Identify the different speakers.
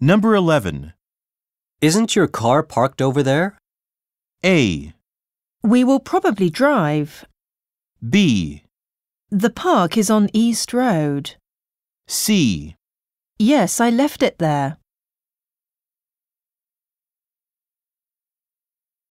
Speaker 1: Number 11.
Speaker 2: Isn't your car parked over there?
Speaker 1: A.
Speaker 3: We will probably drive.
Speaker 1: B.
Speaker 3: The park is on East Road.
Speaker 1: C.
Speaker 3: Yes, I left it there.